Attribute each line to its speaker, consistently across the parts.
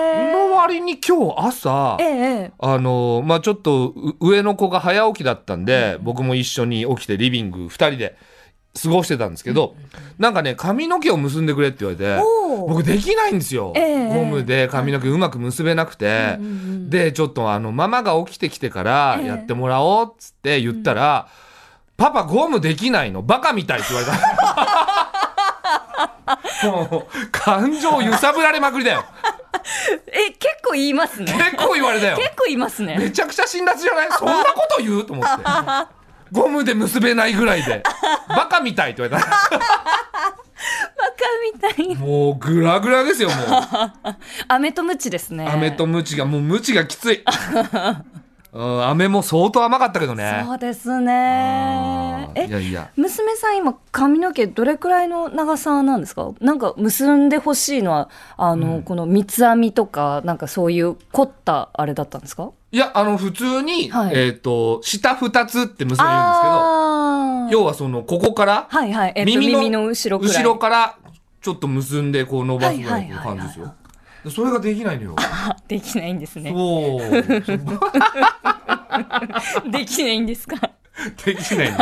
Speaker 1: 割に今日朝
Speaker 2: ええ
Speaker 1: あのまあちょっとう上の子が早起きだったんで、僕も一緒に起きてリビング2人で過ごしてたんですけど、なんかね髪の毛を結んでくれって言われて
Speaker 2: おー
Speaker 1: 僕できないんですよ、
Speaker 2: ええ
Speaker 1: ゴムで髪の毛うまく結べなくて、
Speaker 2: うんうんうん
Speaker 1: でちょっとあのママが起きてきてから
Speaker 2: ええ
Speaker 1: やってもらおうっつって言ったら、パパゴムできないのバカみたいって言われ たもう感情揺さぶられまくりだよ
Speaker 2: え結構言いますね。
Speaker 1: 結構言われたよ
Speaker 2: 結構言いますね。
Speaker 1: めちゃくちゃ辛辣じゃないそんなこと言うと思って ゴムで結べないぐらいでバカみたいって言われた
Speaker 2: バカみたいに。
Speaker 1: もうグラグラですよもう
Speaker 2: 飴とムチですね。
Speaker 1: 飴とムチがもうムチがきついうん飴も相当甘かったけどね
Speaker 2: そうです
Speaker 1: あ
Speaker 2: ね。
Speaker 1: ーいや
Speaker 2: え
Speaker 1: いや
Speaker 2: 娘さん今髪の毛どれくらいの長さなんですかなんか結んでほしいのはあの、この三つ編みとかなんかそういう凝ったあれだったんですか
Speaker 1: いやあの普通に、
Speaker 2: はい
Speaker 1: えっ、と下二つって娘言うんですけど
Speaker 2: ああ
Speaker 1: 要はそのここから、
Speaker 2: はいはい、えっと、耳の後ろくらい
Speaker 1: 後ろからちょっと結んでこう伸ばすぐらいの
Speaker 2: はいはいはいはい
Speaker 1: 感じですよそれができないのよ。
Speaker 2: あできないんですね。
Speaker 1: そう。そう
Speaker 2: できないんですか。
Speaker 1: でき ないの。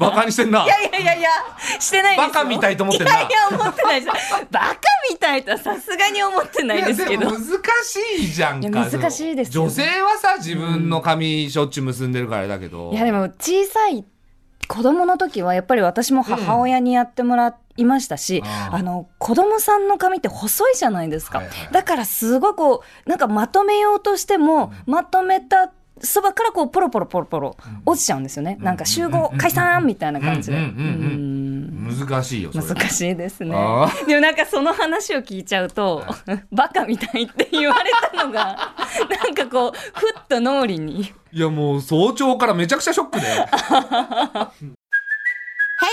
Speaker 1: バカにしてんな。
Speaker 2: いやいやいや、してないですよ
Speaker 1: バカみたいと思ってんない
Speaker 2: やいや、思ってないです。バカみたいとはさすがに思ってないですけ
Speaker 1: いや
Speaker 2: ど
Speaker 1: も。難しいじゃんか
Speaker 2: いや難しいですよ
Speaker 1: 女性はさ自分の髪しょっちゅう結んでるからあれだけど
Speaker 2: いやでも小さい子供の時はやっぱり私も母親にやってもらいましたし、
Speaker 1: ああ
Speaker 2: あの子供さんの髪って細いじゃないですか、
Speaker 1: はいはい
Speaker 2: だからすごいこうなんかまとめようとしても、まとめたそばからこうポロポロポロポロ落ちちゃうんですよね、なんか集合解散みたいな感じで、
Speaker 1: うんうんうんうん難しいよそれ
Speaker 2: 難しいですね
Speaker 1: あ。
Speaker 2: でもなんかその話を聞いちゃうと、 バカみたいって言われたのが、 なんかこう、ふっと脳裏に。
Speaker 1: いやもう早朝からめちゃくちゃショックで
Speaker 3: Hey,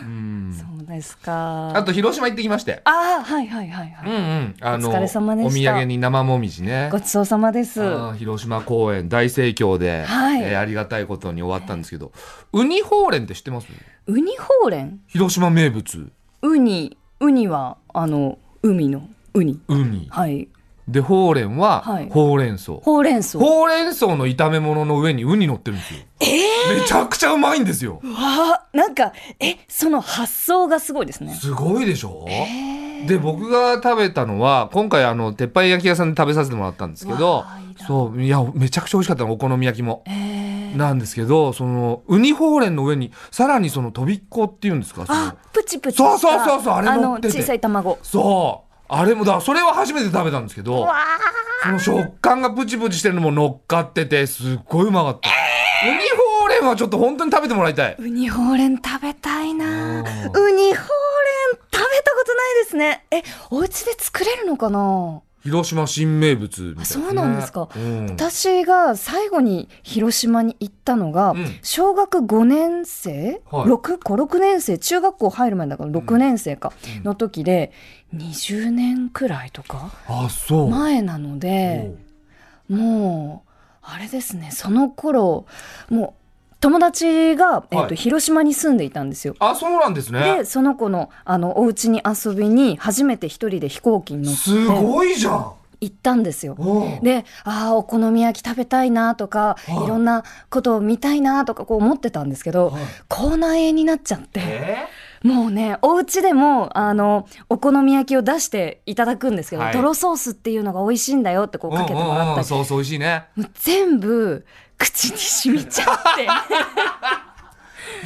Speaker 2: そうですか。
Speaker 1: あと広島行ってきまして
Speaker 2: ああ、はいはいはいはい。
Speaker 1: うんうんあの
Speaker 2: お疲れ様でした
Speaker 1: お土産に生もみじね
Speaker 2: ごちそうさまです。
Speaker 1: あー広島公園大盛況で、
Speaker 2: はい
Speaker 1: えーありがたいことに終わったんですけど、ウニほうれんって知ってます
Speaker 2: ウニほうれん
Speaker 1: 広島名物
Speaker 2: ウニ、ウニは、あの、海のウニ。
Speaker 1: ウニ
Speaker 2: はい。
Speaker 1: でほうれんは、
Speaker 2: はい
Speaker 1: ほうれん草
Speaker 2: ほうれん草。わ
Speaker 1: ほうれん草の炒め物の上にウニ乗ってるんですよ、めちゃくちゃうまいんですよ
Speaker 2: あ、なんか、え、その発想がすごいですね。
Speaker 1: すごいでしょ、で僕が食べたのは今回あの鉄板焼き屋さんで食べさせてもらったんですけど
Speaker 2: わあいいな
Speaker 1: そういやめちゃくちゃ美味しかったのお好み焼きも、なんですけどそのウニほうれんの上にさらにそのとびっこっていうんですかその
Speaker 2: あ、プチプチした。
Speaker 1: そうそうそうそうあれ乗
Speaker 2: の
Speaker 1: ってて
Speaker 2: 小さい卵。
Speaker 1: そうあれもだそれは初めて食べたんですけどその食感がプチプチしてるのも乗っかっててすっごいうまかった、ウニほうれんはちょっと本当に食べてもらいたい
Speaker 2: ウニほうれん食べたいなウニほうれん食べたことないですねえお家で作れるのかな
Speaker 1: 広島新名物みたいな、ね、
Speaker 2: そうなんですか
Speaker 1: うん
Speaker 2: 私が最後に広島に行ったのが、
Speaker 1: ん
Speaker 2: 小学5年生、
Speaker 1: はい
Speaker 2: 六五6年生中学校入る前だから6年生か、の時で20年くらいとか
Speaker 1: あそう、
Speaker 2: 前なのでもうあれですねその頃もう友達が、えっ
Speaker 1: は
Speaker 2: と
Speaker 1: い
Speaker 2: 広島に住んでいたんですよ。
Speaker 1: あそうなんですね
Speaker 2: でその子のあのお家に遊びに初めて一人で飛行機に乗
Speaker 1: す
Speaker 2: って
Speaker 1: ごいじゃん
Speaker 2: 行ったんですよ。
Speaker 1: おう
Speaker 2: であーお好み焼き食べたいなとか
Speaker 1: はい
Speaker 2: いろんなことを見たいなとかこう思ってたんですけど
Speaker 1: はい
Speaker 2: 口内炎になっちゃって
Speaker 1: え
Speaker 2: もうねお家でもあのお好み焼きを出していただくんですけど
Speaker 1: はい
Speaker 2: 泥ソースっていうのが美味しいんだよってこうかけてもら
Speaker 1: うんうんう
Speaker 2: っ
Speaker 1: ん
Speaker 2: たり
Speaker 1: そうそう美味しいね
Speaker 2: もう全部口に染みちゃ って。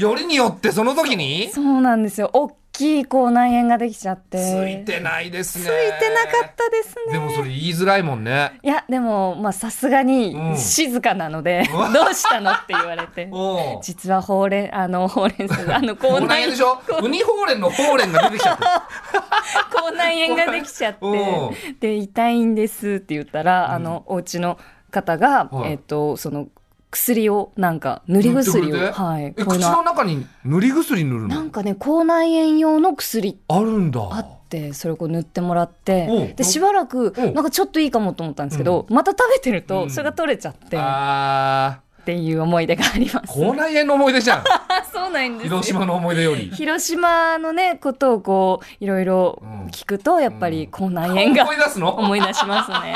Speaker 1: よりによってその時に
Speaker 2: そうなんですよ大きい口内炎ができちゃって
Speaker 1: ついてないですね
Speaker 2: ついてなかったですね
Speaker 1: でもそれ言いづらいもんね
Speaker 2: いやでもまあさすがに
Speaker 1: うん
Speaker 2: 静かなの で、
Speaker 1: うわ
Speaker 2: どうしたのって言われて
Speaker 1: おう
Speaker 2: 実はほうれんあのほうれん草あの口
Speaker 1: ほうれん
Speaker 2: 内
Speaker 1: でしょウニほうれんのほうれんが出てきちゃった
Speaker 2: 口内炎ができちゃっ
Speaker 1: おう
Speaker 2: てで痛いんですって言ったら、あのお家の方が、
Speaker 1: はい
Speaker 2: えっとその薬をなんか塗り薬を
Speaker 1: 塗ってくれて
Speaker 2: はい
Speaker 1: え
Speaker 2: こういうの
Speaker 1: 口の
Speaker 2: は
Speaker 1: 中に塗り薬塗る
Speaker 2: な
Speaker 1: の
Speaker 2: んかね口内炎用の薬って
Speaker 1: あるんだ
Speaker 2: あってそれをこう塗ってもらっ
Speaker 1: おう
Speaker 2: てでしばらく
Speaker 1: おう
Speaker 2: なんかちょっといいかもと思ったんですけど、また食べてる
Speaker 1: うん
Speaker 2: とそれが取れちゃってっ
Speaker 1: あ
Speaker 2: ていう思い出があります。
Speaker 1: ー口内炎の思い出じゃ ん
Speaker 2: あそうなんですよ
Speaker 1: 広島の思い出よ り
Speaker 2: 広島のねことをこういろいろ聞くとやっぱり口内炎
Speaker 1: 思い
Speaker 2: が
Speaker 1: 出すの
Speaker 2: 思い出しますね。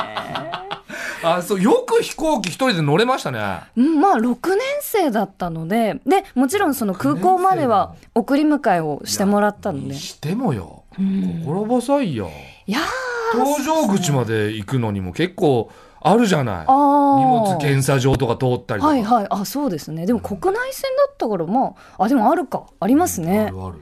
Speaker 1: あそうよく飛行機一人で乗れましたね
Speaker 2: うんまあ6年生だったのででもちろんその空港までは送り迎えをしてもらったので
Speaker 1: に
Speaker 2: い
Speaker 1: してもよ心細いよ
Speaker 2: やー
Speaker 1: 搭乗口まで行くのにも結構あるじゃない
Speaker 2: あー
Speaker 1: 荷物検査場とか通ったりとか、
Speaker 2: はいはいあそうですねでも国内線だったからまああでもあるかあります
Speaker 1: あ
Speaker 2: ね
Speaker 1: るある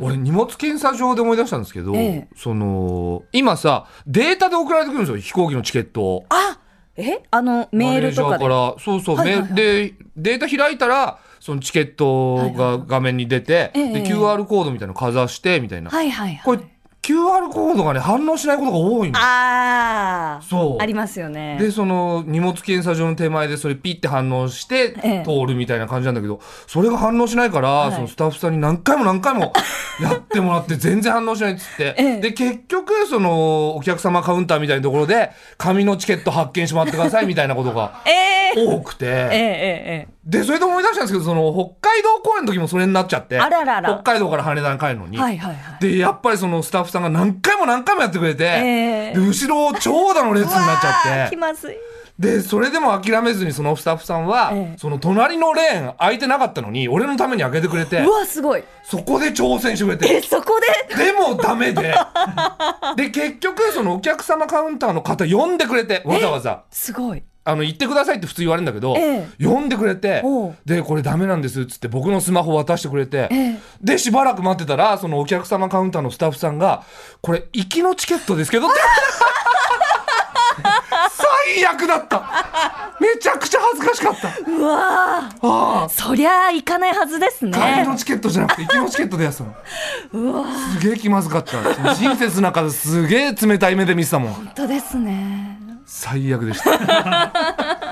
Speaker 1: 俺荷物検査場で思い出したんですけど、
Speaker 2: ええ
Speaker 1: その今さデータで送られてくるんですよ飛行機のチケットを
Speaker 2: あえあのメールとか
Speaker 1: マ
Speaker 2: で
Speaker 1: ネージャーからそうそう、
Speaker 2: はいはいはい
Speaker 1: メールでデータ開いたらそのチケットが画面に出て、
Speaker 2: ええ
Speaker 1: で QR コードみたいなのかざしてみたいな、
Speaker 2: はいはい
Speaker 1: こ
Speaker 2: は
Speaker 1: れ
Speaker 2: い
Speaker 1: QR コードがね反応しないことが多いの
Speaker 2: ああ
Speaker 1: そう
Speaker 2: ありますよね
Speaker 1: でその荷物検査場の手前でそれピッて反応して
Speaker 2: ええ
Speaker 1: 通るみたいな感じなんだけど、それが反応しないから、
Speaker 2: い
Speaker 1: そのスタッフさんに何回も何回も やってもらって全然反応しないっつって、
Speaker 2: ええ
Speaker 1: で結局そのお客様カウンターみたいなところで紙のチケット発券してもらってくださいみたいなことが
Speaker 2: え え
Speaker 1: 多くて。
Speaker 2: ええええ
Speaker 1: で、それで思い出したんですけど、その、北海道公演の時もそれになっちゃって、
Speaker 2: あららら
Speaker 1: 北海道から羽田に帰るのに、
Speaker 2: はいはいはい
Speaker 1: で、やっぱりそのスタッフさんが何回も何回もやってくれて、
Speaker 2: ええ
Speaker 1: で後ろ長蛇の列になっち
Speaker 2: あ
Speaker 1: ゃ
Speaker 2: ー
Speaker 1: っ
Speaker 2: 気
Speaker 1: て、
Speaker 2: まずい
Speaker 1: で、それでも諦めずにそのスタッフさんは、
Speaker 2: ええ
Speaker 1: その隣のレーン空いてなかったのに、俺のために開けてくれて
Speaker 2: う、わすごい
Speaker 1: そこで挑戦してくれ
Speaker 2: え
Speaker 1: て、
Speaker 2: そこで
Speaker 1: でもダ メで、で、結局そのお客様カウンターの方呼んでくれて、わざわざ。
Speaker 2: すごい
Speaker 1: あの、言ってくださいって普通言われるんだけど、
Speaker 2: え
Speaker 1: 呼んでくれて
Speaker 2: おう、
Speaker 1: で、これダメなんですっつって僕のスマホ渡してくれて、
Speaker 2: ええ
Speaker 1: で、しばらく待ってたら、そのお客様カウンターのスタッフさんが、これ、行きのチケットですけ どって。最悪だっためちゃくちゃ恥ずかしかった
Speaker 2: うわー
Speaker 1: ああ
Speaker 2: そりゃあ行かないはずです
Speaker 1: 帰りの
Speaker 2: ね
Speaker 1: チケットじゃなくて行きのチケットでやってたのすげえ気まずかったその親切な方すげえ冷たい目で見てたもん
Speaker 2: 本当ですね
Speaker 1: 最悪でした